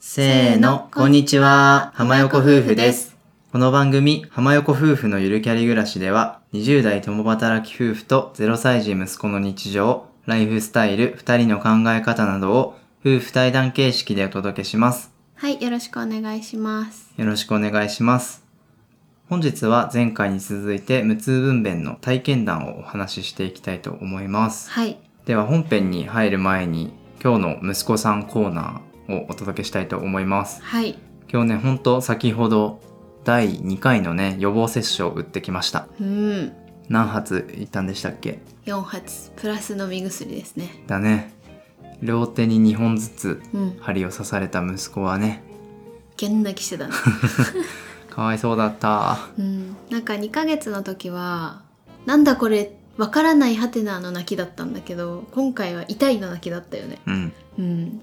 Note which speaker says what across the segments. Speaker 1: せーの、こんにちは。浜横夫婦です。この番組、浜横夫婦のゆるキャリ暮らしでは、20代共働き夫婦と0歳児息子の日常、ライフスタイル、2人の考え方などを、夫婦対談形式でお届けします。
Speaker 2: はい、よろしくお願いします。
Speaker 1: よろしくお願いします。本日は前回に続いて、無痛分娩の体験談をお話ししていきたいと思います。
Speaker 2: はい、
Speaker 1: では本編に入る前に、今日の息子さんコーナーをお届けしたいと思います。
Speaker 2: はい、
Speaker 1: 今日ねほんと先ほど第2回のね予防接種を打ってきました
Speaker 2: うん、
Speaker 1: 何発いったんでしたっけ
Speaker 2: 4発プラス飲み薬ですね。
Speaker 1: だね両手に2本ずつ
Speaker 2: うん、
Speaker 1: 針を刺された息子はね
Speaker 2: げん泣きしてたな。
Speaker 1: かわいそうだった
Speaker 2: うん、なんか2ヶ月の時は、なんだこれ、わからないハテナの泣きだったんだけど、今回は痛いの泣きだったよね。
Speaker 1: うん
Speaker 2: うん、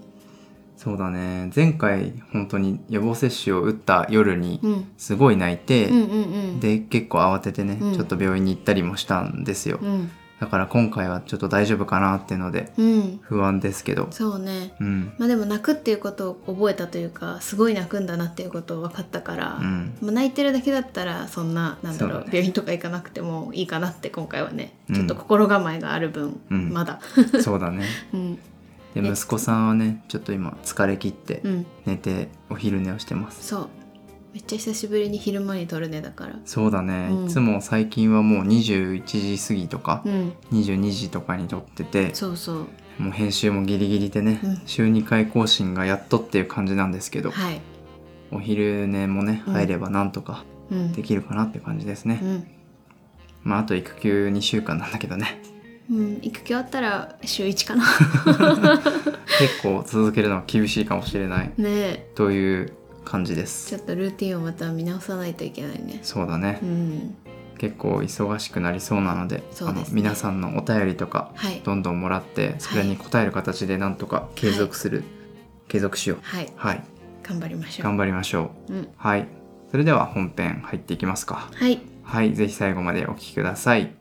Speaker 1: そうだね前回本当に予防接種を打った夜に
Speaker 2: うん、
Speaker 1: すごい泣いて、
Speaker 2: うん、うん、うん。、
Speaker 1: で結構慌ててね、
Speaker 2: うん
Speaker 1: ちょっと病院に行ったりもしたんですよ、
Speaker 2: うん、
Speaker 1: だから今回はちょっと大丈夫かなってので
Speaker 2: うん、
Speaker 1: 不安ですけど
Speaker 2: そうね。
Speaker 1: うん
Speaker 2: まあでも泣くっていうことを覚えたというか、すごい泣くんだなっていうことを分かったから、
Speaker 1: うん
Speaker 2: まあ、泣いてるだけだったらそんななんだろ
Speaker 1: そうだね
Speaker 2: う病院とか行かなくてもいいかなって今回はね、
Speaker 1: うん
Speaker 2: ちょっと心構えがある分、
Speaker 1: うん
Speaker 2: まだ
Speaker 1: そうだね
Speaker 2: うん
Speaker 1: で
Speaker 2: ね
Speaker 1: 息子さんはねちょっと今疲れ切って
Speaker 2: うん
Speaker 1: 寝てお昼寝をしてます
Speaker 2: そうめっちゃ久しぶりに昼間に撮るねだから
Speaker 1: そうだね、
Speaker 2: うん
Speaker 1: いつも最近はもう21時過ぎとか
Speaker 2: う、ん
Speaker 1: 22時とかに撮ってて
Speaker 2: そうそう
Speaker 1: もう編集もギリギリでね、
Speaker 2: うん
Speaker 1: 週2回更新がやっとっていう感じなんですけど、
Speaker 2: はい
Speaker 1: お昼寝もね
Speaker 2: うん
Speaker 1: 入ればなんとか
Speaker 2: うん
Speaker 1: できるかなって感じですね
Speaker 2: う、ん、
Speaker 1: まああと育休2週間なんだけどね
Speaker 2: うん、育休あったら週一かな
Speaker 1: 結構続けるのは厳しいかもしれない
Speaker 2: ねえ
Speaker 1: という感じで
Speaker 2: ち
Speaker 1: す
Speaker 2: ょっとルーティンをまた見直さないといけないね
Speaker 1: そうだね
Speaker 2: う、ん
Speaker 1: 結構忙しくなりそうなので
Speaker 2: そうですね
Speaker 1: あの皆さんのお便りとか
Speaker 2: はい
Speaker 1: どんどんもらってそれに応える形でなんとか継続する、継続しよう
Speaker 2: はい
Speaker 1: はい
Speaker 2: 頑張りましょ
Speaker 1: 頑
Speaker 2: う
Speaker 1: 張りましょう
Speaker 2: うん
Speaker 1: はいそれでは本編入っていきますか
Speaker 2: はい
Speaker 1: はいぜひ最後までお聞きください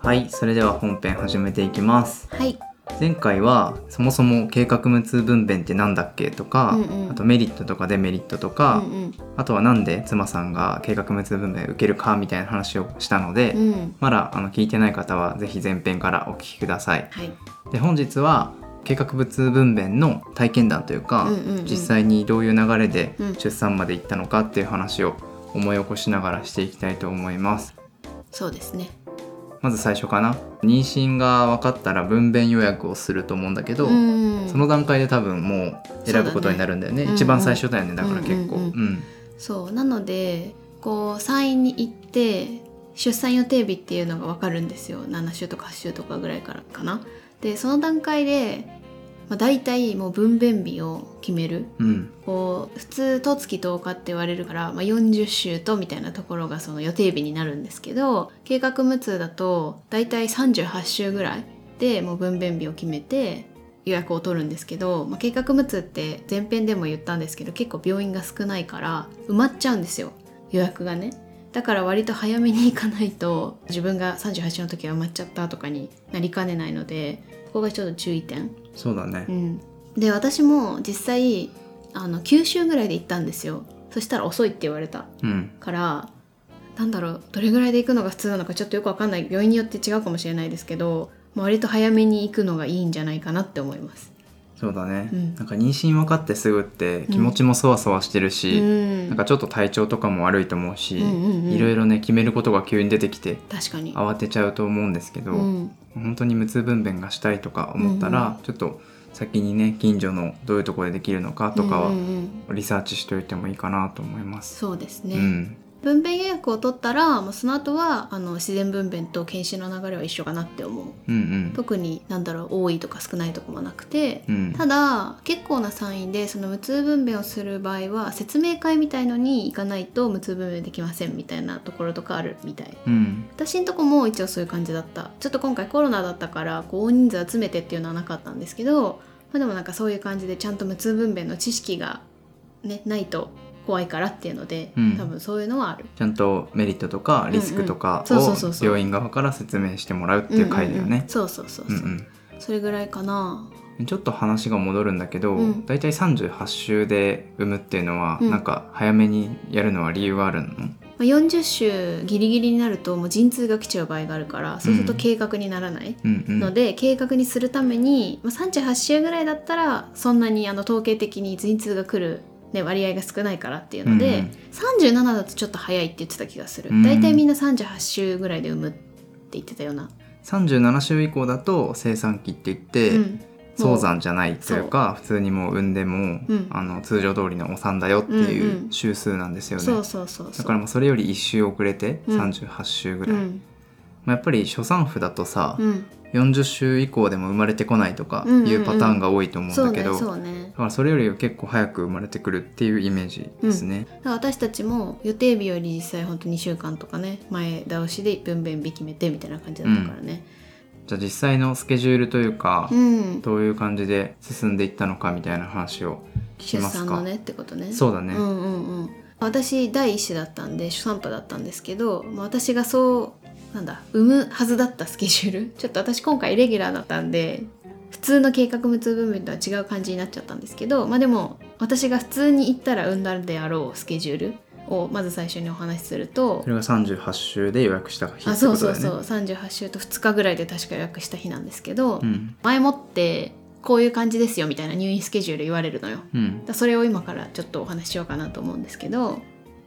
Speaker 1: はいそれでは本編始めていきます
Speaker 2: はい
Speaker 1: 前回はそもそも計画無痛分娩ってなんだっけとか、
Speaker 2: うんうん
Speaker 1: あとメリットとかデメリットとか、
Speaker 2: うん
Speaker 1: あとはなんで妻さんが計画無痛分娩受けるかみたいな話をしたので、
Speaker 2: うんうん
Speaker 1: まだあの聞いてない方はぜひ前編からお聞きください。
Speaker 2: はい
Speaker 1: で本日は計画無痛分娩の体験談というか、
Speaker 2: うんうんうん
Speaker 1: 実際にどういう流れで
Speaker 2: うん
Speaker 1: 出産まで行ったのかっていう話を思い起こしながらしていきたいと思います。
Speaker 2: そうですね
Speaker 1: まず最初かな妊娠が分かったら分娩予約をすると思うんだけど、
Speaker 2: うん
Speaker 1: その段階で多分もう選ぶことになるんだよね
Speaker 2: そうだね
Speaker 1: 一番最初だよねだから結構、
Speaker 2: うんうんそうなのでこう産院に行って出産予定日っていうのが分かるんですよ7週とか8週とかぐらいからかな。でその段階で、まあ、大体もう分娩日を決める
Speaker 1: うんうん
Speaker 2: こう普通十月10日って言われるから、まあ、40週とみたいなところがその予定日になるんですけど計画無痛だと大体38週ぐらいでもう分娩日を決めて予約を取るんですけど、まあ、計画無痛って前編でも言ったんですけど結構病院が少ないから埋まっちゃうんですよ予約がね。だから割と早めに行かないと自分が38の時は埋まっちゃったとかになりかねないのでここがちょっと注意点
Speaker 1: そうだね
Speaker 2: うん、で私も実際あの9週ぐらいで行ったんですよそしたら遅いって言われた
Speaker 1: うん
Speaker 2: からなんだろうどれぐらいで行くのが普通なのかちょっとよくわかんない病院によって違うかもしれないですけどまあ割と早めに行くのがいいんじゃないかなって思います。
Speaker 1: そうだね、
Speaker 2: うん
Speaker 1: なんか妊娠分かってすぐって気持ちもそわそわしてる
Speaker 2: う
Speaker 1: し、
Speaker 2: ん
Speaker 1: なんかちょっと体調とかも悪いと思うし、
Speaker 2: うんうんうん
Speaker 1: いろいろね決めることが急に出てきて
Speaker 2: 確かに、
Speaker 1: 慌てちゃうと思うんですけど、
Speaker 2: うん、
Speaker 1: 本当に無痛分娩がしたいとか思ったら、
Speaker 2: うん
Speaker 1: ちょっと先にね近所のどういうところでできるのかとか
Speaker 2: うん
Speaker 1: は
Speaker 2: うんうん
Speaker 1: リサーチしておいてもいいかなと思います。
Speaker 2: そうですね、
Speaker 1: うん、
Speaker 2: 分娩予約を取ったらもうその後はあの自然分娩と検診の流れは一緒かなって思う
Speaker 1: うんうん
Speaker 2: 特になんだろう多いとか少ないとかもなくて
Speaker 1: うん
Speaker 2: ただ結構な産院でその無痛分娩をする場合は説明会みたいのに行かないと無痛分娩できませんみたいなところとかあるみたい
Speaker 1: うん
Speaker 2: 私んとこも一応そういう感じだったちょっと今回コロナだったからこう大人数集めてっていうのはなかったんですけど、まあ、でもなんかそういう感じでちゃんと無痛分娩の知識が、ね、ないと怖いからっていうので、
Speaker 1: うん
Speaker 2: 多分そういうのはある。
Speaker 1: ちゃんとメリットとかリスクとか
Speaker 2: うんうんそうそうそう
Speaker 1: を
Speaker 2: そう
Speaker 1: 病院側から説明してもらうっていう回だよ
Speaker 2: うんうんう
Speaker 1: ね
Speaker 2: ん。そうそうそう
Speaker 1: う
Speaker 2: そ
Speaker 1: ん
Speaker 2: う、
Speaker 1: うん
Speaker 2: それぐらいかな。
Speaker 1: ちょっと話が戻るんだけど、
Speaker 2: うん
Speaker 1: だいたい38週で産むっていうのは、
Speaker 2: うん
Speaker 1: なんか早めにやるのは理由があるの
Speaker 2: まあ、40週ギリギリになるともう陣痛が来ちゃう場合があるからそうすると
Speaker 1: うん
Speaker 2: 計画にならない
Speaker 1: うんうん。
Speaker 2: ので、計画にするために、まあ、38週ぐらいだったらそんなにあの統計的に陣痛が来る、ね、割合が少ないからっていうので、37だとちょっと早いって言ってた気がする、
Speaker 1: うん
Speaker 2: だいたいみんな38週ぐらいで産むって言ってたような、
Speaker 1: 37週以降だと生産期って言って、
Speaker 2: うん
Speaker 1: 早産じゃないというか普通にもう産んでも、
Speaker 2: うん
Speaker 1: あの通常通りのお産だよって
Speaker 2: ん
Speaker 1: いううん週数なんですよね。
Speaker 2: そうそうそうそ
Speaker 1: だ
Speaker 2: う
Speaker 1: からもうそれより1週遅れて
Speaker 2: うん
Speaker 1: 38週ぐ
Speaker 2: う
Speaker 1: らい、
Speaker 2: ん
Speaker 1: まあ、やっぱり初産婦だとさ、
Speaker 2: うん、
Speaker 1: 40週以降でも生まれてこないとか
Speaker 2: うんうんうん
Speaker 1: いうパターンが多いと思うん
Speaker 2: そう
Speaker 1: だけ
Speaker 2: ね
Speaker 1: ど、
Speaker 2: そうね
Speaker 1: だからそれより結構早く生まれてくるっていうイメージですね。
Speaker 2: だから私たちも予定日より実際ほんと2週間とかね前倒しで分娩日決めてみたいな感じだったからね
Speaker 1: じゃあ実際のスケジュールというか、
Speaker 2: うん、
Speaker 1: どういう感じで進んでいったのかみたいな話を聞き
Speaker 2: 出
Speaker 1: ますか。
Speaker 2: 産のねってことね
Speaker 1: そうだね、
Speaker 2: うんうんうん私第一子だったんで初産婦だったんですけど、まあ、私がそうなんだ産むはずだったスケジュール ちょっと私今回イレギュラーだったんで普通の計画無痛分娩とは違う感じになっちゃったんですけどまあでも私が普通に行ったら産んだであろうスケジュールをまず最初にお話しすると
Speaker 1: それが38週で予約した日ってこ
Speaker 2: あ
Speaker 1: とだ
Speaker 2: そ
Speaker 1: よ
Speaker 2: う
Speaker 1: ね。
Speaker 2: そうそう38週と2日ぐらいで確か予約した日なんですけど、
Speaker 1: うん
Speaker 2: 前もってこういう感じですよみたいな入院スケジュール言われるのよ
Speaker 1: うん
Speaker 2: だそれを今からちょっとお話ししようかなと思うんですけど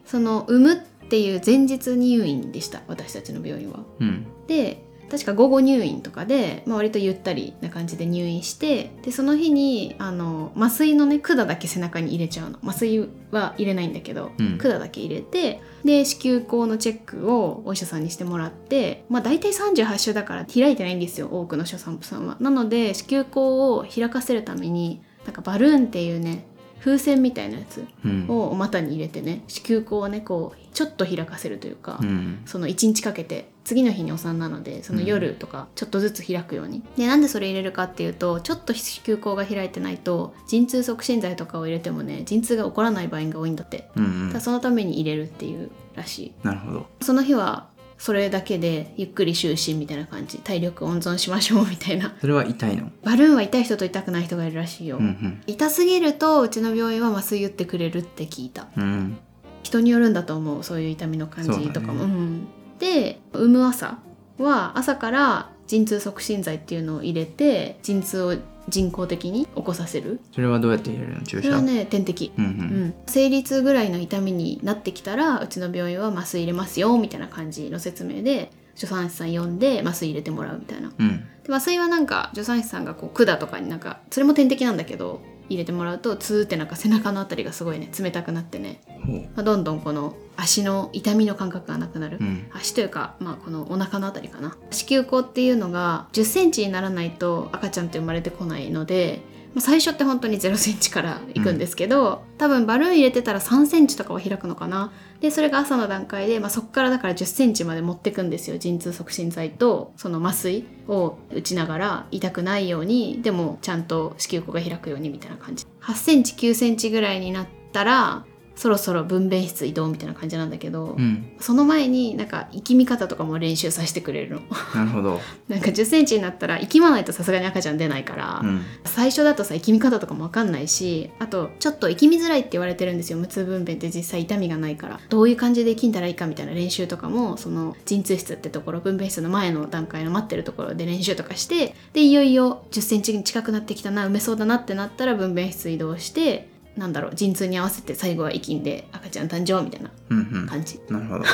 Speaker 2: その産むっていう前日入院でした私たちの病院は。
Speaker 1: うん
Speaker 2: で確か午後入院とかで、まあ、割とゆったりな感じで入院してでその日にあの麻酔のね管だけ背中に入れちゃうの麻酔は入れないんだけど、
Speaker 1: うん
Speaker 2: 管だけ入れてで子宮口のチェックをお医者さんにしてもらってまあ大体38週だから開いてないんですよ多くの初産婦さんは。なので子宮口を開かせるためになんかバルーンっていうね風船みたいなやつ
Speaker 1: うん
Speaker 2: をお股に入れてね子宮口をねこうちょっと開かせるというか。
Speaker 1: うん
Speaker 2: その1日かけて次の日にお産なのでその夜とかちょっとずつ開くように、でなんでそれ入れるかっていうとちょっと子宮口が開いてないと陣痛促進剤とかを入れてもね陣痛が起こらない場合が多いんだって、
Speaker 1: うんうん
Speaker 2: ただそのために入れるっていうらしい
Speaker 1: なるほど。
Speaker 2: その日はそれだけでゆっくり就寝みたいな感じ体力温存しましょうみたいな
Speaker 1: それは痛いの。
Speaker 2: バルーンは痛い人と痛くない人がいるらしいよ、
Speaker 1: うん
Speaker 2: 痛すぎるとうちの病院は麻酔打ってくれるって聞いた
Speaker 1: うんうん
Speaker 2: 人によるんだと思うそういう痛みの感じとかも。
Speaker 1: そうだ
Speaker 2: うんで産む朝は朝から陣痛促進剤っていうのを入れて陣痛を人工的に起こさせる
Speaker 1: それはどうやって入れるの注
Speaker 2: それ
Speaker 1: 射。
Speaker 2: はね点滴。
Speaker 1: うんう
Speaker 2: うんん、生理痛ぐらいの痛みになってきたらうちの病院は麻酔入れますよみたいな感じの説明で助産師さん呼んで麻酔入れてもらうみたいな
Speaker 1: うん
Speaker 2: で麻酔はなんか助産師さんがこう管とかになんかそれも点滴なんだけど入れてもらうとツーってなんか背中のあたりがすごいね冷たくなってね
Speaker 1: ほう
Speaker 2: まあ、どんどんこの足の痛みの感覚がなくなる、
Speaker 1: うん
Speaker 2: 足というか、まあ、このお腹のあたりかな子宮口っていうのが1 0センチにならないと赤ちゃんって生まれてこないので、まあ、最初って本当に0センチからいくんですけど、多分バルーン入れてたら3センチとかは開くのかなでそれが朝の段階で、まあ、そこからだから1 0センチまで持ってくんですよ陣痛促進剤とその麻酔を打ちながら痛くないようにでもちゃんと子宮口が開くようにみたいな感じ8センチ9センチぐらいになったらそろそろ分娩室移動みたいな感じなんだけど、
Speaker 1: うん
Speaker 2: その前になんか生きみ方とかも練習させてくれるの
Speaker 1: なるほど。
Speaker 2: なんか1 0センチになったら生きまないとさすがに赤ちゃん出ないから、
Speaker 1: うん
Speaker 2: 最初だとさ生きみ方とかも分かんないしあとちょっと生きみづらいって言われてるんですよ無痛分娩って実際痛みがないからどういう感じで生きんだらいいかみたいな練習とかもその陣痛室ってところ分娩室の前の段階の待ってるところで練習とかしてでいよいよ1 0センチに近くなってきたな埋めそうだなってなったら分娩室移動してなんだろう陣痛に合わせて最後は生きんで赤ちゃん誕生みたいな
Speaker 1: うんうん
Speaker 2: 感じ
Speaker 1: なるほど。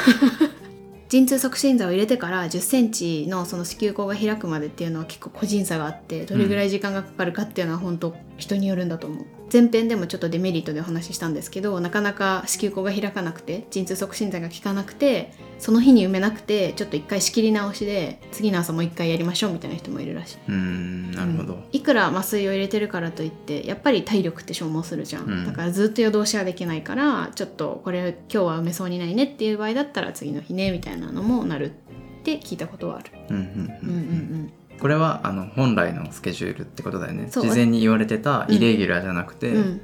Speaker 2: 陣痛促進剤を入れてから1 0センチのその子宮口が開くまでっていうのは結構個人差があってどれぐらい時間がかかるかっていうのは本当人によるんだと思う前編でもちょっとデメリットでお話ししたんですけどなかなか子宮口が開かなくて陣痛促進剤が効かなくてその日に埋めなくてちょっと一回仕切り直しで次の朝もう一回やりましょうみたいな人もいるらしい
Speaker 1: うんなるほ
Speaker 2: う
Speaker 1: ど
Speaker 2: ん。いくら麻酔を入れてるからといってやっぱり体力って消耗するじゃん、
Speaker 1: うん
Speaker 2: だからずっと夜通しはできないからちょっとこれ今日は埋めそうにないねっていう場合だったら次の日ねみたいなのもなるって聞いたことはある、
Speaker 1: うんうん
Speaker 2: う
Speaker 1: うんん
Speaker 2: うんう
Speaker 1: うん。
Speaker 2: ん、
Speaker 1: これはあの本来のスケジュールってことだよね
Speaker 2: そう
Speaker 1: 事前に言われてたイレギュラーじゃなくて、
Speaker 2: うん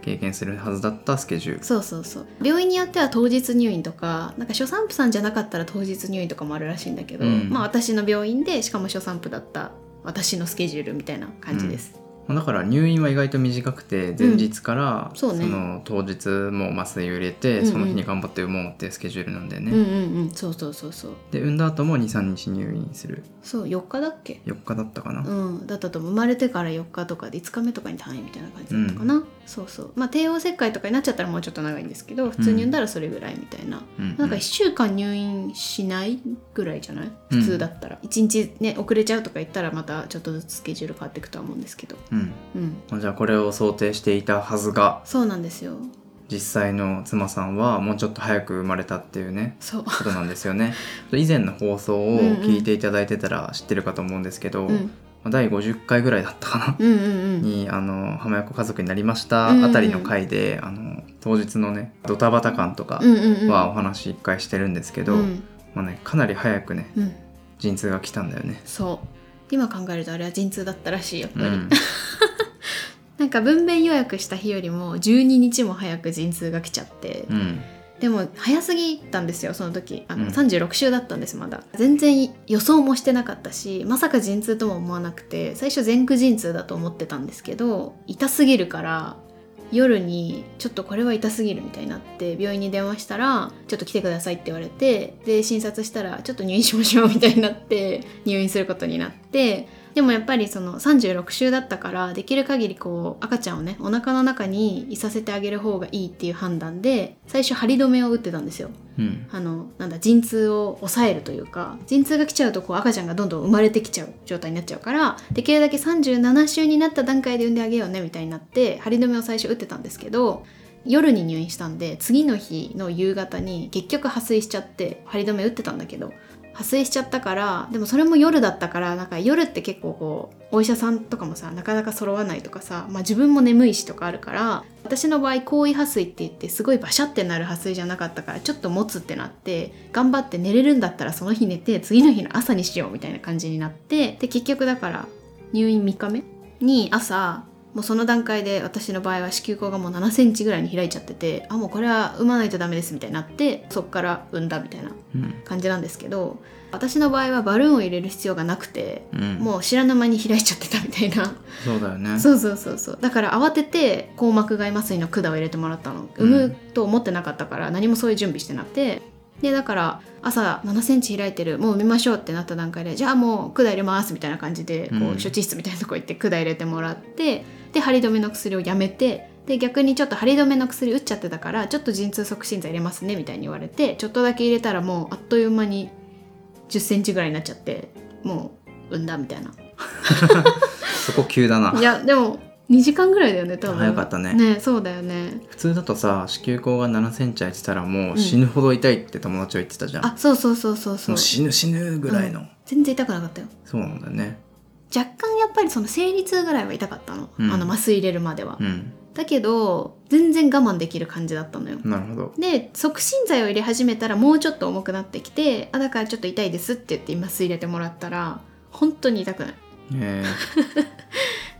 Speaker 1: 経験するはずだったスケジュール
Speaker 2: そうそうそう病院によっては当日入院とかなんか初産婦さんじゃなかったら当日入院とかもあるらしいんだけど、
Speaker 1: うん
Speaker 2: まあ私の病院でしかも初産婦だった私のスケジュールみたいな感じです、
Speaker 1: まあだから入院は意外と短くて前日から、
Speaker 2: そうね
Speaker 1: の当日もう麻酔を入れ
Speaker 2: う
Speaker 1: て
Speaker 2: んうん
Speaker 1: その日に頑張って産もうっていうスケジュールなんだよね、
Speaker 2: うん、うんうんそうそうそうそう
Speaker 1: で産んだ後も23日入院する
Speaker 2: そう4日だっけ
Speaker 1: 4日だったかな、
Speaker 2: うん、だったと思う生まれてから4日とかで5日目とかに退院みたいな感じだったかな、そうそうまあ帝王切開とかになっちゃったらもうちょっと長いんですけど普通に産んだらそれぐらいみたいな、
Speaker 1: うんうん
Speaker 2: なんか1週間入院しないぐらいじゃない
Speaker 1: うん
Speaker 2: 普通だったら、一1日ね遅れちゃうとか言ったらまたちょっとずつスケジュール変わっていくとは思うんですけど
Speaker 1: うん
Speaker 2: うん
Speaker 1: まあじゃあこれを想定していたはずが
Speaker 2: そうなんですよ
Speaker 1: 実際の妻さんはもうちょっと早く生まれたっていうね
Speaker 2: そう
Speaker 1: ことなんですよ ね以前の放送を聞いていただいてたら知ってるかと思うんですけど、
Speaker 2: うん、
Speaker 1: まあ第50回ぐらいだったかな
Speaker 2: うんうんうん
Speaker 1: にあの浜横家族になりましたあたりの回で、あの当日のねドタバタ感とか
Speaker 2: うんうんうん
Speaker 1: はお話一回してるんですけど、
Speaker 2: うん
Speaker 1: まあね、かなり早くね
Speaker 2: うん
Speaker 1: 陣痛が来たんだよね。
Speaker 2: そう今考えるとあれは陣痛だったらしいやっぱ
Speaker 1: う
Speaker 2: り、
Speaker 1: ん、
Speaker 2: なんか分娩予約した日よりも12日も早く陣痛が来ちゃって、
Speaker 1: うん
Speaker 2: でも早すぎたんですよその時あ
Speaker 1: う
Speaker 2: の、
Speaker 1: ん
Speaker 2: 36週だったんですまだ全然予想もしてなかったしまさか陣痛とも思わなくて最初前駆陣痛だと思ってたんですけど痛すぎるから夜にちょっとこれは痛すぎるみたいになって病院に電話したらちょっと来てくださいって言われてで診察したらちょっと入院しましょうみたいになって入院することになってでもやっぱりその36週だったからできる限りこう赤ちゃんをねお腹の中にいさせてあげる方がいいっていう判断で最初針止めを打ってたんですよ
Speaker 1: うん
Speaker 2: あのなんだ陣痛を抑えるというか陣痛が来ちゃうとこう赤ちゃんがどんどん生まれてきちゃう状態になっちゃうからできるだけ37週になった段階で産んであげようねみたいになって針止めを最初打ってたんですけど夜に入院したんで次の日の夕方に結局破水しちゃって針止め打ってたんだけど破水しちゃったからでもそれも夜だったからなんか夜って結構こうお医者さんとかもさなかなか揃わないとかさ、まあ、自分も眠いしとかあるから私の場合行為破水って言ってすごいバシャってなる破水じゃなかったからちょっと持つってなって頑張って寝れるんだったらその日寝て次の日の朝にしようみたいな感じになってで結局だから入院3日目に朝もうその段階で私の場合は子宮口がもう7センチぐらいに開いちゃっててあもうこれは産まないとダメですみたいになってそっから産んだみたいな
Speaker 1: うん
Speaker 2: 感じなんですけど私の場合はバルーンを入れる必要がなくて
Speaker 1: うん、
Speaker 2: もう知らぬ間に開いちゃってたみたいな
Speaker 1: そうだよね。
Speaker 2: そうそうそうそうだから慌てて硬膜外麻酔の管を入れてもらったの
Speaker 1: う
Speaker 2: 産
Speaker 1: ん
Speaker 2: むと思ってなかったから何もそういう準備してなくてでだから朝7センチ開いてるもう産みましょうってなった段階でじゃあもう管入れますみたいな感じでこ
Speaker 1: うん
Speaker 2: う処置室みたいなとこ行って管入れてもらってで針止めの薬をやめてで逆にちょっと針止めの薬打っちゃってたからちょっと陣痛促進剤入れますねみたいに言われてちょっとだけ入れたらもうあっという間に10センチぐらいになっちゃってもう産んだみたいな。
Speaker 1: そこ急だない
Speaker 2: やでも2時間ぐらいだよね多分
Speaker 1: 早かったね
Speaker 2: ねそうだよね
Speaker 1: 普通だとさ子宮口が7センチ空いてたらも
Speaker 2: ん
Speaker 1: う死ぬほど痛いって友達は言ってたじゃん。
Speaker 2: あそうそうそうそうそ
Speaker 1: も
Speaker 2: う
Speaker 1: う死ぬ死ぬぐらいの、
Speaker 2: 全然痛くなかったよ
Speaker 1: そうなんだよね。
Speaker 2: 若干やっぱりその生理痛ぐらいは痛かったの,、
Speaker 1: うん
Speaker 2: あの麻酔入れるまでは、
Speaker 1: うん、
Speaker 2: だけど全然我慢できる感じだったのよ、
Speaker 1: なるほど。
Speaker 2: で促進剤を入れ始めたらもうちょっと重くなってきてあだからちょっと痛いですって言って今吸い入れてもらったら本当に痛くないっ
Speaker 1: え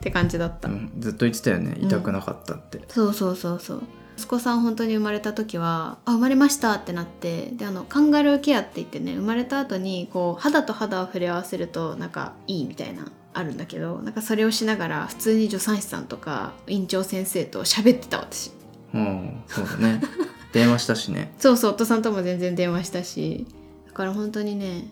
Speaker 2: て感じだった、
Speaker 1: ー、うんずっと言ってたよね痛くなかったって。
Speaker 2: そうそうそうそう息子さん本当に生まれた時は「あ生まれました」ってなってであのカンガルーケアって言ってね生まれた後にこう肌と肌を触れ合わせるとなんかいいみたいなあるんだけどなんかそれをしながら普通に助産師さんとか院長先生と喋ってた私
Speaker 1: うん、そうだね。 電話したしね。
Speaker 2: そうそう夫さんとも全然電話したしだから本当にね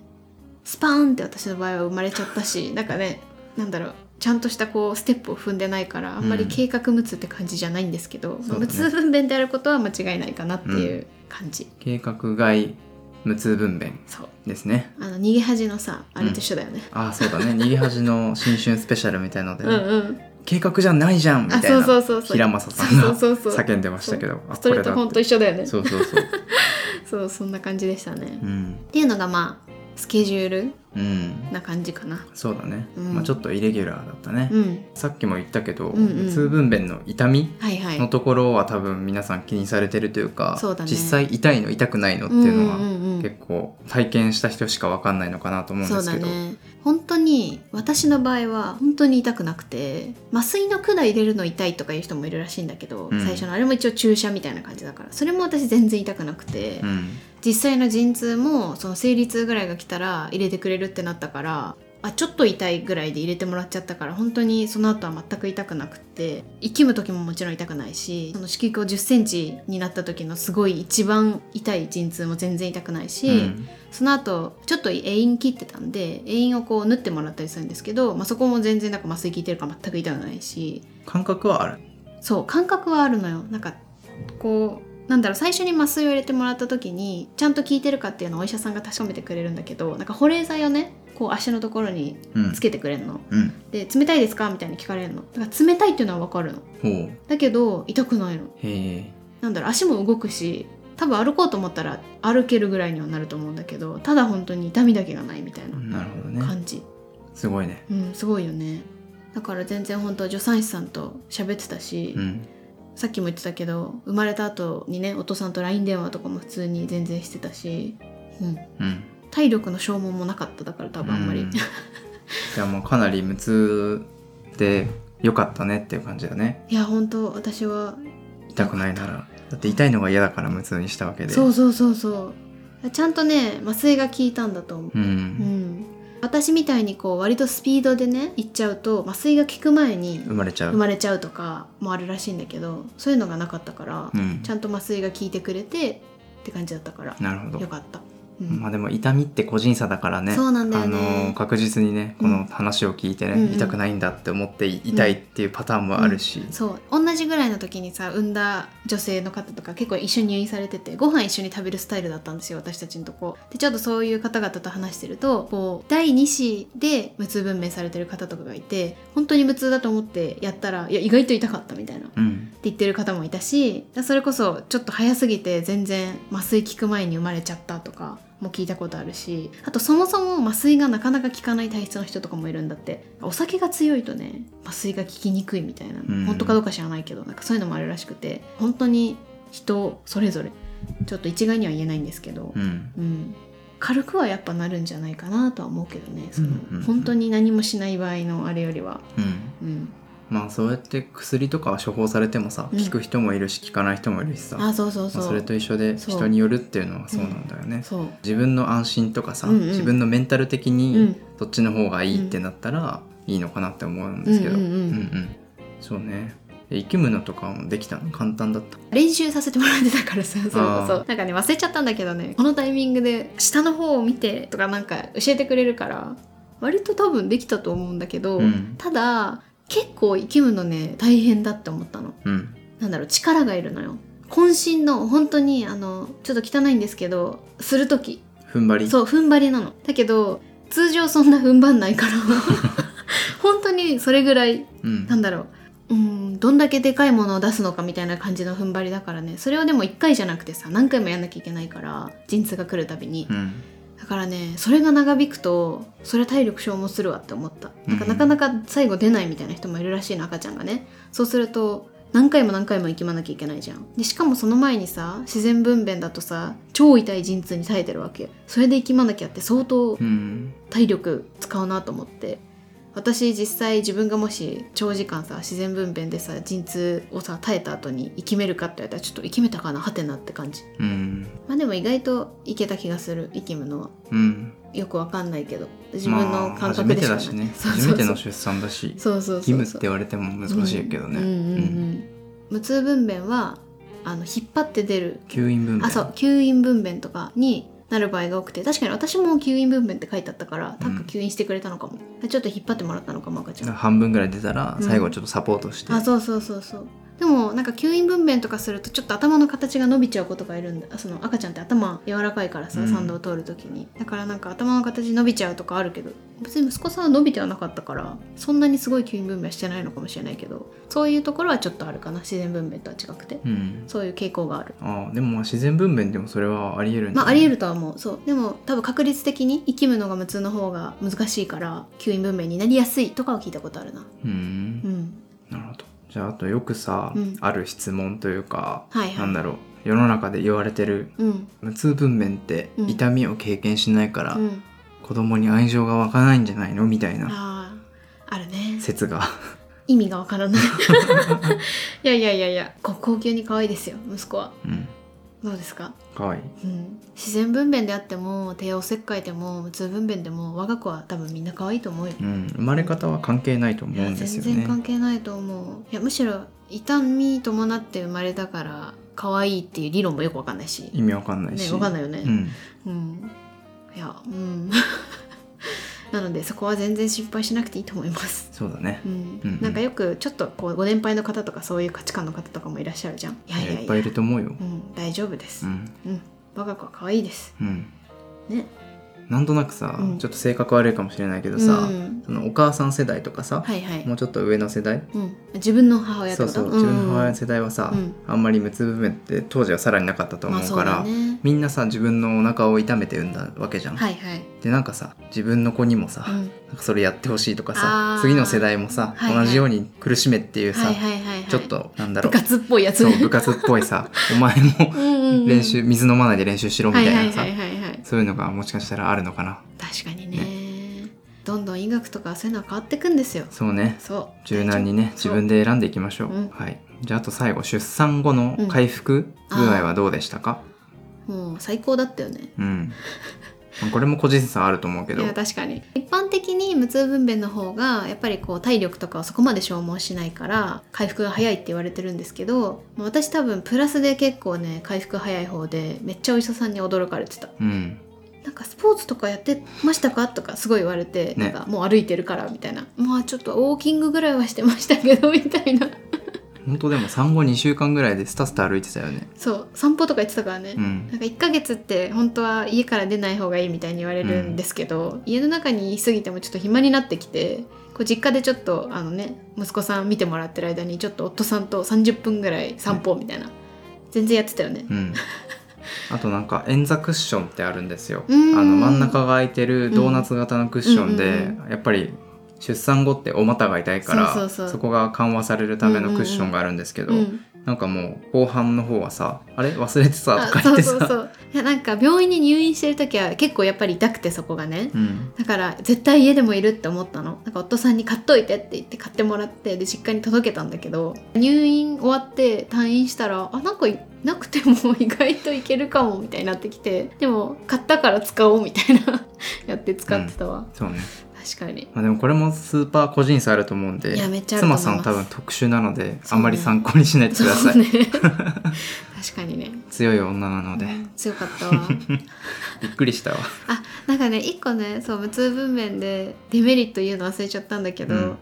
Speaker 2: スパーンって私の場合は生まれちゃった しなんかねなんだろうちゃんとしたこうステップを踏んでないからあんまり計画無痛って感じじゃないんですけど、まあ
Speaker 1: そう
Speaker 2: 無
Speaker 1: だね
Speaker 2: 痛分娩であることは間違いないかなっていう感じ、
Speaker 1: 計画外無痛分娩
Speaker 2: そう
Speaker 1: ですね。
Speaker 2: あの逃げ恥のさあれと一緒だよね、
Speaker 1: ああそうだね逃げ恥の新春スペシャルみたいので、
Speaker 2: うん、うん
Speaker 1: 計画じゃないじゃんみたいな
Speaker 2: あそうそうそうそう
Speaker 1: 平正さんが
Speaker 2: そうそうそう
Speaker 1: 叫んでましたけどあ
Speaker 2: ストレート
Speaker 1: これだ
Speaker 2: 本と一緒だよねそ
Speaker 1: そうそうそう
Speaker 2: うそんな感じでしたね、
Speaker 1: う
Speaker 2: っ
Speaker 1: ん
Speaker 2: ていうのがまあスケジュール
Speaker 1: うん
Speaker 2: な感じかな
Speaker 1: そうだね、
Speaker 2: うん
Speaker 1: まあ、ちょっとイレギュラーだったね、
Speaker 2: うん
Speaker 1: さっきも言ったけど、
Speaker 2: うんうん
Speaker 1: 無痛分娩の痛み
Speaker 2: はいはい
Speaker 1: のところは多分皆さん気にされてるというか
Speaker 2: そうだね
Speaker 1: 実際痛いの痛くないのっていうのは
Speaker 2: うんうんうん
Speaker 1: 結構体験した人しか分かんないのかなと思うん
Speaker 2: そ
Speaker 1: で
Speaker 2: う
Speaker 1: す
Speaker 2: だ
Speaker 1: けど、
Speaker 2: ね本当に私の場合は本当に痛くなくて麻酔の管入れるの痛いとかいう人もいるらしいんだけど、
Speaker 1: うん
Speaker 2: 最初のあれも一応注射みたいな感じだからそれも私全然痛くなくて、
Speaker 1: うん
Speaker 2: 実際の陣痛もその生理痛ぐらいが来たら入れてくれるってなったからあちょっと痛いぐらいで入れてもらっちゃったから本当にその後は全く痛くなくって生きむ時ももちろん痛くないしその子宮口1 0センチになった時のすごい一番痛い陣痛も全然痛くないし、
Speaker 1: うん
Speaker 2: その後ちょっと栄陰切ってたんで栄陰をこう縫ってもらったりするんですけど、まあ、そこも全然なんか麻酔効いてるから全く痛くないし
Speaker 1: 感覚はある
Speaker 2: そう感覚はあるのよなんかこうなんだろう最初に麻酔を入れてもらった時にちゃんと効いてるかっていうのをお医者さんが確かめてくれるんだけどなんか保冷剤をねこう足のところに
Speaker 1: うん
Speaker 2: つけてくれるの
Speaker 1: うん
Speaker 2: で冷たいですかみたいに聞かれるのだから冷たいっていうのは分かるの
Speaker 1: ほう
Speaker 2: だけど痛くないの
Speaker 1: へえ
Speaker 2: なんだろう足も動くし多分歩こうと思ったら歩けるぐらいにはなると思うんだけどただ本当に痛みだけがないみたいな
Speaker 1: なるほどね
Speaker 2: 感じ、
Speaker 1: すごいね
Speaker 2: うんすごいよねだから全然本当助産師さんと喋ってたし、
Speaker 1: うん
Speaker 2: さっきも言ってたけど生まれた後にねお父さんと LINE 電話とかも普通に全然してたし、うん、
Speaker 1: うん
Speaker 2: 体力の消耗もなかっただから多分あんまり、
Speaker 1: ういやもうかなり無痛で良かったねっていう感じだね
Speaker 2: いや本当私は
Speaker 1: 痛くないならだって痛いのが嫌だから無痛にしたわけで
Speaker 2: そうそうそうそうちゃんとね麻酔が効いたんだと思う、
Speaker 1: う
Speaker 2: うん
Speaker 1: ん、
Speaker 2: 私みたいにこう割とスピードでね行っちゃうと麻酔が効く前に
Speaker 1: 生まれちゃう
Speaker 2: 生まれちゃうとかもあるらしいんだけどそういうのがなかったから、
Speaker 1: うん
Speaker 2: ちゃんと麻酔が効いてくれてって感じだったから
Speaker 1: なるほど
Speaker 2: よかった、うん
Speaker 1: まあでも痛みって個人差だからね
Speaker 2: そうなんだよね
Speaker 1: あの確実にねこの話を聞いてね、
Speaker 2: うんうん
Speaker 1: 痛くないんだって思って痛いっていうパターンもあるし、
Speaker 2: そう同じぐらいの時にさ産んだ女性の方とか結構一緒に入院されててご飯一緒に食べるスタイルだったんですよ私たちのとこでちょっとそういう方々と話してるとこう第2子で無痛分娩されてる方とかがいて本当に無痛だと思ってやったらいや意外と痛かったみたいなって
Speaker 1: うん
Speaker 2: 言ってる方もいたしそれこそちょっと早すぎて全然麻酔効く前に生まれちゃったとかも聞いたことあるしあとそもそも麻酔がなかなか効かない体質の人とかもいるんだってお酒が強いとね麻酔が効きにくいみたいな、
Speaker 1: ん
Speaker 2: 本当かどうか知らないけどなんかそういうのもあるらしくて本当に人それぞれちょっと一概には言えないんですけど
Speaker 1: う、ん
Speaker 2: うん軽くはやっぱなるんじゃないかなとは思うけどねその、
Speaker 1: うんうんうん
Speaker 2: 本当に何もしない場合のあれよりは、
Speaker 1: うん
Speaker 2: うん、
Speaker 1: まあそうやって薬とかは処方されてもさ、
Speaker 2: うん
Speaker 1: 効く人もいるし効かない人もいるしさ、ま
Speaker 2: あそうそう
Speaker 1: あ
Speaker 2: そう、
Speaker 1: それと一緒で
Speaker 2: そう
Speaker 1: 人によるっていうのはそうなんだよね、
Speaker 2: そう
Speaker 1: 自分の安心とかさ、
Speaker 2: うんうん
Speaker 1: 自分のメンタル的
Speaker 2: う
Speaker 1: に
Speaker 2: ん
Speaker 1: どっちの方がいいってなったらいいのかなって思うんですけど、
Speaker 2: うんうんうん
Speaker 1: うんそうねで生きむのとかもできたの簡単だった
Speaker 2: 練習させてもらってたからさそれこ
Speaker 1: あ
Speaker 2: そなんかね忘れちゃったんだけどねこのタイミングで下の方を見てとかなんか教えてくれるから割と多分できたと思うんだけど、
Speaker 1: うん
Speaker 2: ただ結構生きるのね大変だって思ったの
Speaker 1: うん
Speaker 2: なんだろう力がいるのよ渾身の本当にあのちょっと汚いんですけどする時
Speaker 1: 踏ん張り
Speaker 2: そう踏ん張りなのだけど通常そんな踏ん張んな いから本当にそれぐらい
Speaker 1: うん
Speaker 2: なんだろううんどんだけでかいものを出すのかみたいな感じの踏ん張りだからねそれをでも1回じゃなくてさ何回もやんなきゃいけないから陣痛が来るたびに
Speaker 1: うん
Speaker 2: だからねそれが長引くとそれは体力消耗するわって思ったなんか
Speaker 1: うん
Speaker 2: なかなか最後出ないみたいな人もいるらしいの赤ちゃんがねそうすると何回も何回も行きまなきゃいけないじゃんでしかもその前にさ自然分娩だとさ超痛い陣痛に耐えてるわけそれで行きまなきゃって相当
Speaker 1: うん
Speaker 2: 体力使うなと思って私実際自分がもし長時間さ自然分娩でさ陣痛をさ耐えた後に生きめるかって言われたらちょっと生きめたかなはてなって感じ
Speaker 1: うん
Speaker 2: まあでも意外といけた気がする生きむのは
Speaker 1: うん
Speaker 2: よくわかんないけど自分の
Speaker 1: ま
Speaker 2: 感覚でしか
Speaker 1: あ、初めてだ
Speaker 2: ない、
Speaker 1: しね
Speaker 2: そうそう
Speaker 1: 初
Speaker 2: そう
Speaker 1: めての出産だし
Speaker 2: そうそうそう
Speaker 1: 義務って言われても難しいけどね、
Speaker 2: うんうんうんうん無痛分娩はあの引っ張って出る
Speaker 1: 吸引分娩
Speaker 2: あそう吸引分娩とかになる場合が多くて確かに私も吸引分娩って書いてあったからタック吸引してくれたのかも、ちょっと引っ張ってもらったのかも赤ちゃん
Speaker 1: 半分ぐらい出たら
Speaker 2: うん
Speaker 1: 最後ちょっとサポートして、
Speaker 2: あそうそうそうそうでもなんか吸引分娩とかするとちょっと頭の形が伸びちゃうことがいるんだあその赤ちゃんって頭柔らかいからさ、
Speaker 1: うん
Speaker 2: 産道を通る時にだからなんか頭の形伸びちゃうとかあるけど別に息子さんは伸びてはなかったからそんなにすごい吸引分娩はしてないのかもしれないけどそういうところはちょっとあるかな自然分娩とは違くて
Speaker 1: うん
Speaker 2: そういう傾向がある
Speaker 1: あでもまあ自然分娩でもそれはありえるんじ
Speaker 2: ま
Speaker 1: ゃ
Speaker 2: あ
Speaker 1: な
Speaker 2: あ
Speaker 1: い
Speaker 2: りえるとは思うそうでも多分確率的に生きむのが無痛の方が難しいから吸引分娩になりやすいとかは聞いたことあるな
Speaker 1: う
Speaker 2: うんん
Speaker 1: なるほどじゃああとよくさ、
Speaker 2: うん
Speaker 1: ある質問というか、
Speaker 2: はいはい
Speaker 1: なんだろう世の中で言われてる
Speaker 2: うん
Speaker 1: 無痛分娩って
Speaker 2: うん
Speaker 1: 痛みを経験しないから
Speaker 2: うん
Speaker 1: 子供に愛情が湧かないんじゃないのみたいな
Speaker 2: あああるね
Speaker 1: 説が
Speaker 2: 意味がわからない いやいやいやいやこ高級に可愛いですよ息子は
Speaker 1: うん
Speaker 2: どうですか、
Speaker 1: かわいい
Speaker 2: うん、自然分娩であっても帝王切開でも通分娩でも我が子は多分みんな可愛いと思うよ、
Speaker 1: うん生まれ方は関係ないと思
Speaker 2: いや
Speaker 1: うんです
Speaker 2: 全
Speaker 1: よね
Speaker 2: 然関係ないと思ういやむしろ痛み伴って生まれたから可愛いっていう理論もよくわかんないし
Speaker 1: 意味わかんない
Speaker 2: ね
Speaker 1: し
Speaker 2: わかんないよね
Speaker 1: うん
Speaker 2: うんいやうん なのでそこは全然心配しなくていいと思います
Speaker 1: そうだね
Speaker 2: うん
Speaker 1: うんうん
Speaker 2: なんかよくちょっとこうご年配の方とかそういう価値観の方とかもいらっしゃるじゃんいやい
Speaker 1: い
Speaker 2: や
Speaker 1: や
Speaker 2: いや
Speaker 1: いっぱいいると思うよ
Speaker 2: うん、大丈夫です
Speaker 1: う、ん
Speaker 2: うん、我が子は可愛いです
Speaker 1: うん
Speaker 2: ね
Speaker 1: なんとなくさ
Speaker 2: うん
Speaker 1: ちょっと性格悪いかもしれないけどさ
Speaker 2: うん
Speaker 1: そのお母さん世代とかさ
Speaker 2: はいはい
Speaker 1: もうちょっと上の世代
Speaker 2: うん、自分の母親って
Speaker 1: そう
Speaker 2: こと
Speaker 1: そう自分の母親の
Speaker 2: と
Speaker 1: 世代はさ
Speaker 2: うん
Speaker 1: あんまり無痛分娩って当時はさらになかったと
Speaker 2: ま
Speaker 1: 思
Speaker 2: あ
Speaker 1: う
Speaker 2: そう
Speaker 1: から
Speaker 2: だね
Speaker 1: みんなさ自分のお腹を痛めて産んだわけじゃん
Speaker 2: はいはい、
Speaker 1: でなんかさ自分の子にもさ
Speaker 2: うん、
Speaker 1: なんかそれやってほしいとか
Speaker 2: あ
Speaker 1: さ
Speaker 2: ー
Speaker 1: 次の世代もさ
Speaker 2: はいは
Speaker 1: 同
Speaker 2: い
Speaker 1: じように苦しめっていう
Speaker 2: は
Speaker 1: さ
Speaker 2: いはいはいはい
Speaker 1: ちょっとなんだろ
Speaker 2: 部
Speaker 1: う
Speaker 2: 活っぽいやつ
Speaker 1: そう部活っぽい さお前も
Speaker 2: うんうんうん
Speaker 1: 練習水飲まないで練習しろみたいなさ
Speaker 2: はいはいはいはいはい、
Speaker 1: そういうのがもしかしたらあるのかな
Speaker 2: 確かにねどんどん医学とかそういうのは変わってくんですよ
Speaker 1: そうね
Speaker 2: そう
Speaker 1: 柔軟にね自分
Speaker 2: で
Speaker 1: で選んでいきましょう、
Speaker 2: うん
Speaker 1: はいじゃああと最後出産後の回復具合はどうでしたか
Speaker 2: もう最高だったよね
Speaker 1: うん、まあこれも個人差あると思うけ
Speaker 2: い
Speaker 1: ど
Speaker 2: や確かに一般的に無痛分娩の方がやっぱりこう体力とかをそこまで消耗しないから回復が早いって言われてるんですけどまあ私多分プラスで結構ね回復早い方でめっちゃお医者さんに驚かれてた
Speaker 1: うん
Speaker 2: なんかスポーツとかやってましたかとかすごい言われて、
Speaker 1: ね
Speaker 2: なんかもう歩いてるからみたいなまあちょっとウォーキングぐらいはしてましたけどみたいな
Speaker 1: 本当でも産後2週間ぐらいでスタスタ歩いてたよね
Speaker 2: そう散歩とか言ってたからね、
Speaker 1: うん
Speaker 2: なんか1ヶ月って本当は家から出ない方がいいみたいに言われるんですけど、家の中にいすぎてもちょっと暇になってきてこう実家でちょっとあのね息子さん見てもらってる間にちょっと夫さんと30分ぐらい散歩みたいな、全然やってたよね、
Speaker 1: うんあとなんか円座クッションってあるんですよあ
Speaker 2: うーん
Speaker 1: の真ん中が空いてるドーナツ型のクッションで、
Speaker 2: うん
Speaker 1: やっぱり出産後ってお股が痛いから
Speaker 2: そうそうそう
Speaker 1: こが緩和されるためのクッションがあるんですけど、
Speaker 2: うん、
Speaker 1: なんかもう後半の方はさ「あれ忘れてた」とか
Speaker 2: そ
Speaker 1: 言っ
Speaker 2: う
Speaker 1: て
Speaker 2: そうそ
Speaker 1: さ
Speaker 2: ういやなんか病院に入院してる時は結構やっぱり痛くてそこがね
Speaker 1: うん
Speaker 2: だから絶対家でもいるって思ったのなんか夫さんに買っといてって言って買ってもらってで実家に届けたんだけど入院終わって退院したらあなんかいなくても意外といけるかもみたいになってきてでも買ったから使おうみたいな やって使ってたわ、
Speaker 1: そうね、
Speaker 2: 確かに
Speaker 1: まあ、でもこれもスーパー個人差あると思うんで
Speaker 2: いやめっちゃあると思
Speaker 1: 妻
Speaker 2: います
Speaker 1: さんは多分特殊なので
Speaker 2: そう
Speaker 1: あ
Speaker 2: ね
Speaker 1: まり参考にしないでください、
Speaker 2: そうね確かにね
Speaker 1: 強い女なので
Speaker 2: うん強かったわ
Speaker 1: びっくりしたわ
Speaker 2: あなんかね一個ねそう無痛分娩でデメリット言うの忘れちゃったんだけど、
Speaker 1: うん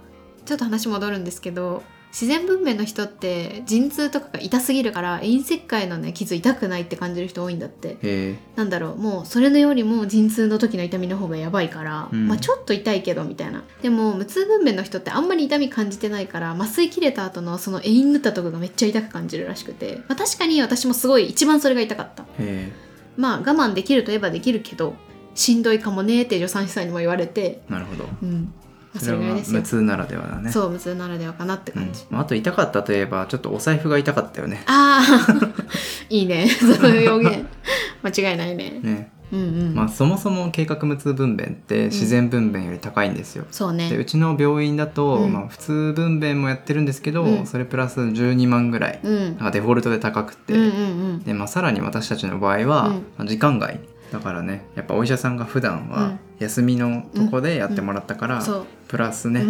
Speaker 2: ちょっと話戻るんですけど自然分娩の人って陣痛とかが痛すぎるから陰切開のね傷痛くないって感じる人多いんだって
Speaker 1: へえ
Speaker 2: なんだろうもうそれのよりも陣痛の時の痛みの方がやばいから、
Speaker 1: うん
Speaker 2: まあちょっと痛いけどみたいなでも無痛分娩の人ってあんまり痛み感じてないから麻酔切れた後のその縁縫ったとこがめっちゃ痛く感じるらしくて、まあ、確かに私もすごい一番それが痛かった
Speaker 1: へ
Speaker 2: まあ我慢できるといえばできるけどしんどいかもねって助産師さんにも言われて
Speaker 1: えなるほど
Speaker 2: うんまあ
Speaker 1: それ
Speaker 2: ぐらい
Speaker 1: は
Speaker 2: ですよ
Speaker 1: 無痛ならではだね
Speaker 2: そう無痛ならではかなって
Speaker 1: うん
Speaker 2: 感じ、
Speaker 1: まあ、あと痛かったといえばちょっとお財布が痛かったよね
Speaker 2: ああ いいねその表現間違いないね
Speaker 1: ね、
Speaker 2: うんうん、
Speaker 1: まあ、そもそも計画無痛分娩って自然分娩より高いんですよ、
Speaker 2: そう
Speaker 1: でう
Speaker 2: ね
Speaker 1: ちの病院だと、
Speaker 2: うん
Speaker 1: まあ、普通分娩もやってるんですけど、
Speaker 2: うん
Speaker 1: それプラス12万ぐらい、
Speaker 2: うん
Speaker 1: なんかデフォルトで高くて、
Speaker 2: うんうんうん
Speaker 1: でまあ、さらに私たちの場合は、
Speaker 2: うん
Speaker 1: まあ時間外だからねやっぱお医者さんが普段
Speaker 2: う
Speaker 1: は
Speaker 2: ん
Speaker 1: 休みのとこでやってもらったから、
Speaker 2: そう
Speaker 1: プラス
Speaker 2: う
Speaker 1: ね、
Speaker 2: ん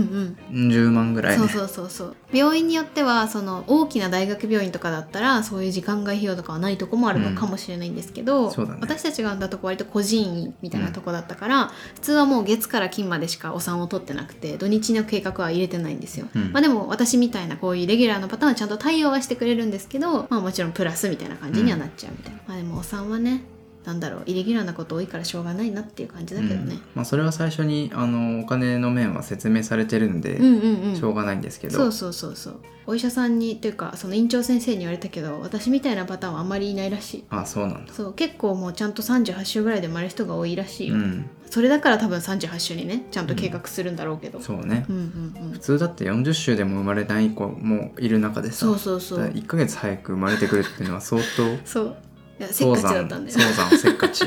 Speaker 2: うん
Speaker 1: 10万ぐらいね
Speaker 2: そうそうそうそう病院によってはその大きな大学病院とかだったらそういう時間外費用とかはないとこもあるのかもしれないんですけど、
Speaker 1: うんそうだね
Speaker 2: 私たちが産んだとこ割と個人医みたいなとこだったから、普通はもう月から金までしかお産を取ってなくて土日の計画は入れてないんですよ、
Speaker 1: うん
Speaker 2: まあ、でも私みたいなこういうレギュラーのパターンはちゃんと対応はしてくれるんですけど、まあ、もちろんプラスみたいな感じにはなっちゃうみたいな、まあでもお産はねなんだろうイレギュラーなこと多いからしょうがないなっていう感じだけど
Speaker 1: う
Speaker 2: ね
Speaker 1: ん、まあ、それは最初にあのお金の面は説明されてるんで、
Speaker 2: うん、うんうん
Speaker 1: しょうがないんですけど
Speaker 2: そうそうそうそうお医者さんにというかその院長先生に言われたけど私みたいなパターンはあんまりいないらしい
Speaker 1: あそうなんだ
Speaker 2: そう結構もうちゃんと38週ぐらいで生まれる人が多いらしい、
Speaker 1: うん
Speaker 2: それだから多分38週にねちゃんと計画するんだろうけど、うん、
Speaker 1: そうね、
Speaker 2: うんうん
Speaker 1: 普通だって40週でも生まれない子もいる中でさ
Speaker 2: そうそうそう
Speaker 1: 1ヶ月早く生まれてくるっていうのは相当
Speaker 2: そういやせっ
Speaker 1: 早
Speaker 2: かちだ
Speaker 1: 産
Speaker 2: ったんだよ
Speaker 1: 早産せっかち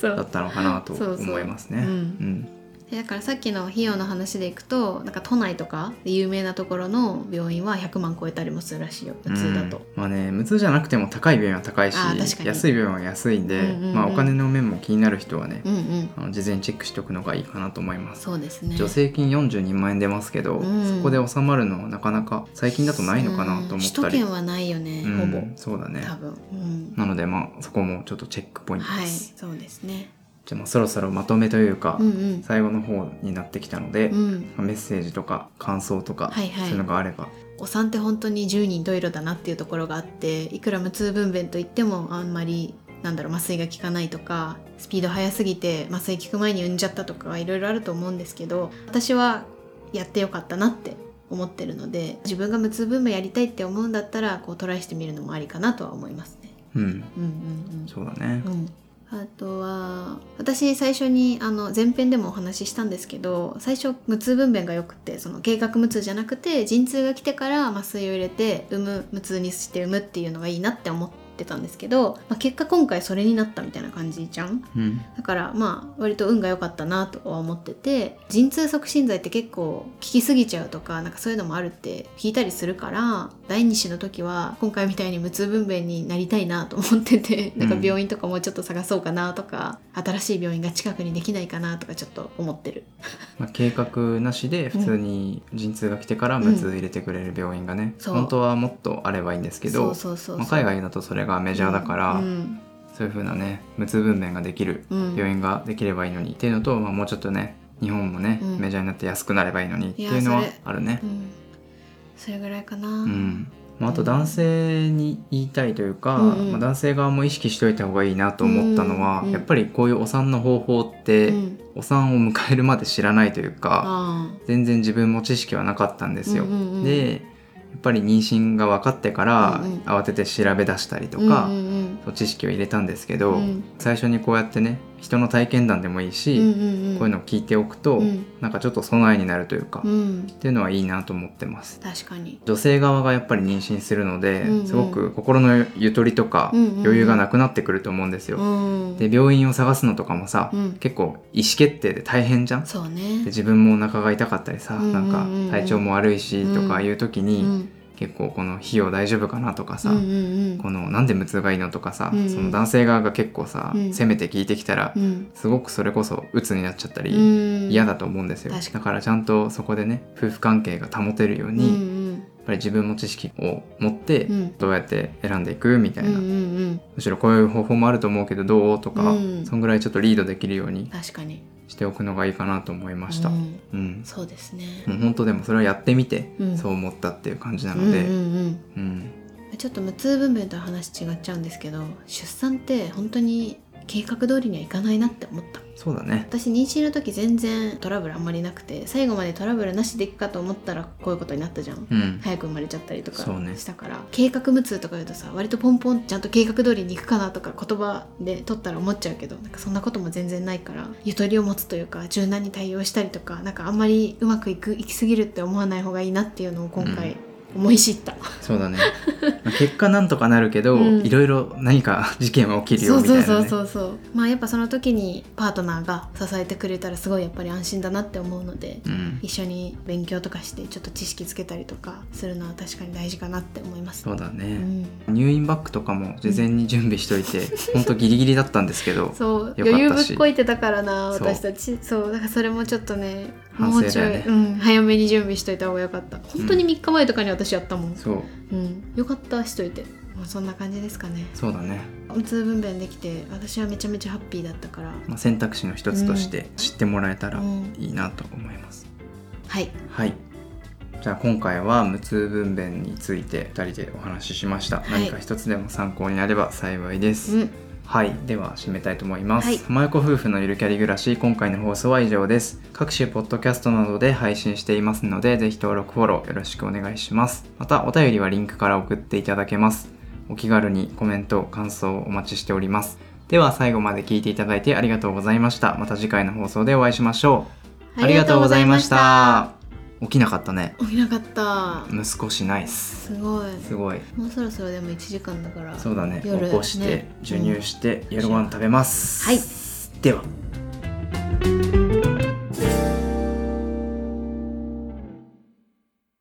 Speaker 2: そ
Speaker 1: だ
Speaker 2: う
Speaker 1: ったのかなと思いますね。
Speaker 2: そうそううん
Speaker 1: ん
Speaker 2: でだからさっきの費用の話でいくとなんか都内とかで有名なところの病院は100万超えたりもするらしいよ普通だと、
Speaker 1: うんまあね無痛じゃなくても高い病院は高いし
Speaker 2: あー確かに
Speaker 1: 安い病院は安いんで、
Speaker 2: うんうんうん
Speaker 1: まあ、お金の面も気になる人はね
Speaker 2: う、ん、うん
Speaker 1: あの事前にチェックしておくのがいいかなと思います。
Speaker 2: そうですね
Speaker 1: 助成金42万円出ますけど、
Speaker 2: うん
Speaker 1: そこで収まるのはなかなか最近だとないのかなと思ったり、
Speaker 2: うん首都圏はないよね、
Speaker 1: うん
Speaker 2: ほぼ
Speaker 1: そうだね
Speaker 2: 多分、うん、
Speaker 1: なのでまあそこもちょっとチェックポイント
Speaker 2: は
Speaker 1: で
Speaker 2: い
Speaker 1: す、
Speaker 2: そうですね
Speaker 1: じゃあまあそろそろまとめというか、
Speaker 2: うんうん
Speaker 1: 最後の方になってきたので、
Speaker 2: うん、
Speaker 1: メッセージとか感想とか、
Speaker 2: はいはい
Speaker 1: そういうのがあれば
Speaker 2: お産って本当に十人十色だなっていうところがあっていくら無痛分娩といってもあんまりなんだろう麻酔が効かないとかスピード速すぎて麻酔効く前に産んじゃったとかいろいろあると思うんですけど私はやってよかったなって思ってるので自分が無痛分娩やりたいって思うんだったらこうトライしてみるのもありかなとは思いますね。
Speaker 1: うん
Speaker 2: うんうんうん、
Speaker 1: そうだね
Speaker 2: うん、あとは私最初にあの前編でもお話ししたんですけど最初無痛分娩がよくてその計画無痛じゃなくて陣痛が来てから麻酔を入れて産む無痛にして産むっていうのがいいなって思ってたんですけど、まあ、結果今回それになったみたいな感じじゃん
Speaker 1: うん
Speaker 2: だからまあ割と運が良かったなとは思ってて陣痛促進剤って結構効きすぎちゃうとかなんかそういうのもあるって聞いたりするから第二子の時は今回みたいに無痛分娩になりたいなと思ってて
Speaker 1: う
Speaker 2: なんんか病院とかもうちょっと探そうかなとか、新しい病院が近くにできないかなとかちょっと思ってる
Speaker 1: まあ、計画なしで普通に陣痛が来てから無痛入れてくれる病院がね、
Speaker 2: そう
Speaker 1: 本当はもっとあればいいんですけ
Speaker 2: そ
Speaker 1: ど
Speaker 2: うそうそうそう
Speaker 1: まあ、海外だとそれがメジャーだから、
Speaker 2: うん
Speaker 1: そういう風なね無痛分娩ができる
Speaker 2: うん
Speaker 1: 病院ができればいいのにっていうのと、まあ、もうちょっとね日本もね、
Speaker 2: うん
Speaker 1: メジャーになって安くなればいいのにっていうのはい
Speaker 2: やそ
Speaker 1: あるね
Speaker 2: う。んそれぐらいかな、
Speaker 1: うんまあ、あと男性に言いたいというか、
Speaker 2: うんうん
Speaker 1: まあ、男性側も意識しといた方がいいなと思ったのは、
Speaker 2: うんうん
Speaker 1: やっぱりこういうお産の方法って、
Speaker 2: うん
Speaker 1: お産を迎えるまで知らないというか
Speaker 2: あ
Speaker 1: 全然自分も知識はなかったんですよ。
Speaker 2: うんうんうん
Speaker 1: でやっぱり妊娠が分かってから
Speaker 2: うんうん
Speaker 1: 慌てて調べ出したりと
Speaker 2: ー
Speaker 1: か、
Speaker 2: うんうん
Speaker 1: そう知識を入れたんですけ
Speaker 2: う
Speaker 1: ど、
Speaker 2: んうん
Speaker 1: 最初にこうやってね人の体験談でもいいし、
Speaker 2: うんうんうん
Speaker 1: こういうのを聞いておくと、
Speaker 2: うん
Speaker 1: なんかちょっと備えになるというか、
Speaker 2: う
Speaker 1: っ
Speaker 2: ん
Speaker 1: ていうのはいいなと思ってます。
Speaker 2: 確かに
Speaker 1: 女性側がやっぱり妊娠するので、
Speaker 2: うんうん
Speaker 1: すごく心のゆとりとか
Speaker 2: うんうんうん
Speaker 1: 余裕がなくなってくると思うんですよ。
Speaker 2: うん
Speaker 1: で病院を探すのとかもさ、
Speaker 2: うん
Speaker 1: 結構意思決定で大変じゃん。で
Speaker 2: そうね
Speaker 1: 自分もお腹が痛かったりさ、
Speaker 2: うんうんうん
Speaker 1: なんか体調も悪いしとかいう時に、
Speaker 2: うん
Speaker 1: 結構この費用大丈夫かなとかさ、
Speaker 2: うんうんうん
Speaker 1: このなんで無痛がいいのとかさ、
Speaker 2: うん
Speaker 1: その男性側が結構さ、
Speaker 2: うん
Speaker 1: 責めて聞いてきたら、
Speaker 2: うん
Speaker 1: すごくそれこそ鬱になっちゃったり、
Speaker 2: うん
Speaker 1: 嫌だと思うんですよ
Speaker 2: 確かに
Speaker 1: だからちゃんとそこでね夫婦関係が保てるように、
Speaker 2: う
Speaker 1: やっ
Speaker 2: ん
Speaker 1: ぱり自分も知識を持って、
Speaker 2: うん
Speaker 1: どうやって選んでいくみた
Speaker 2: う
Speaker 1: い
Speaker 2: んう
Speaker 1: な、
Speaker 2: んうん
Speaker 1: むしろこういう方法もあると思うけどどうとか、
Speaker 2: うん
Speaker 1: そんぐらいちょっとリードできるよう
Speaker 2: うん
Speaker 1: に
Speaker 2: 確かに
Speaker 1: しておくのがいいかなと思いました。
Speaker 2: う
Speaker 1: うん
Speaker 2: んそうですね
Speaker 1: もう本当でもそれはやってみて、
Speaker 2: うん
Speaker 1: そう思ったっていう感じなので、
Speaker 2: うんう
Speaker 1: う
Speaker 2: ん
Speaker 1: ん
Speaker 2: うんちょっと無痛分娩とは話違っちゃうんですけど出産って本当に計画通りにはいかないなって思った
Speaker 1: そうだね
Speaker 2: 私妊娠の時全然トラブルあんまりなくて最後までトラブルなしでいくかと思ったらこういうことになったじゃん
Speaker 1: うん、
Speaker 2: 早く生まれちゃったりとか
Speaker 1: そうね
Speaker 2: したから、計画無痛とか言うとさ割とポンポンちゃんと計画通りに行くかなとか言葉で取ったら思っちゃうけどなんかそんなことも全然ないからゆとりを持つというか柔軟に対応したりとかなんかあんまりうまくいくいきすぎるって思わない方がいいなっていうのを今
Speaker 1: う
Speaker 2: 回思い知った、
Speaker 1: そうだね、まあ結果なんとかなるけど、
Speaker 2: うん
Speaker 1: いろいろ何か事件は起きるよ
Speaker 2: そう
Speaker 1: みたい
Speaker 2: そう
Speaker 1: な、ね、
Speaker 2: そうそうそうまあやっぱその時にパートナーが支えてくれたらすごいやっぱり安心だなって思うので、
Speaker 1: うん、
Speaker 2: 一緒に勉強とかしてちょっと知識つけたりとかするのは確かに大事かなって思います
Speaker 1: そうだ
Speaker 2: う
Speaker 1: ね、
Speaker 2: ん
Speaker 1: 入院バッグとかも事前に準備しとい て、ほんとギリギリだったんですけど
Speaker 2: そう
Speaker 1: よかったし
Speaker 2: 余裕ぶっこいてたからな
Speaker 1: そう
Speaker 2: 私たちそうだからそれもちょっとね
Speaker 1: 反
Speaker 2: も
Speaker 1: 省
Speaker 2: うちょ
Speaker 1: だ
Speaker 2: い、
Speaker 1: よね
Speaker 2: うん、早めに準備しといた方がよかった本当に3日前とかに私やったもん、
Speaker 1: そう
Speaker 2: うん、よかったしといてもうそんな感じですかね
Speaker 1: そうだね、
Speaker 2: 無痛分娩できて私はめちゃめちゃハッピーだったから
Speaker 1: まあ、選択肢の一つとして知ってもらえたら
Speaker 2: うん
Speaker 1: いいなと思います、
Speaker 2: はい
Speaker 1: はいじゃあ今回は無痛分娩について2人でお話ししました、
Speaker 2: はい
Speaker 1: 何か一つでも参考になれば幸いです、
Speaker 2: うん
Speaker 1: はい、では締めたいと思います。
Speaker 2: はい
Speaker 1: 浜横夫婦のゆるキャリ暮らし、今回の放送は以上です。各種ポッドキャストなどで配信していますので、ぜひ登録フォローよろしくお願いします。また、お便りはリンクから送っていただけます。お気軽にコメント、感想をお待ちしております。では、最後まで聞いていただいてありがとうございました。また次回の放送でお会いしましょう。ありがとうございました。起きなかったね。
Speaker 2: 起きなかった
Speaker 1: 息子しないっす。
Speaker 2: すごい
Speaker 1: すごい。
Speaker 2: もうそろそろでも1時間だから
Speaker 1: そうだね。
Speaker 2: 夜
Speaker 1: 起こして、
Speaker 2: ね
Speaker 1: 授乳して、夜ご飯食べます。
Speaker 2: はい
Speaker 1: では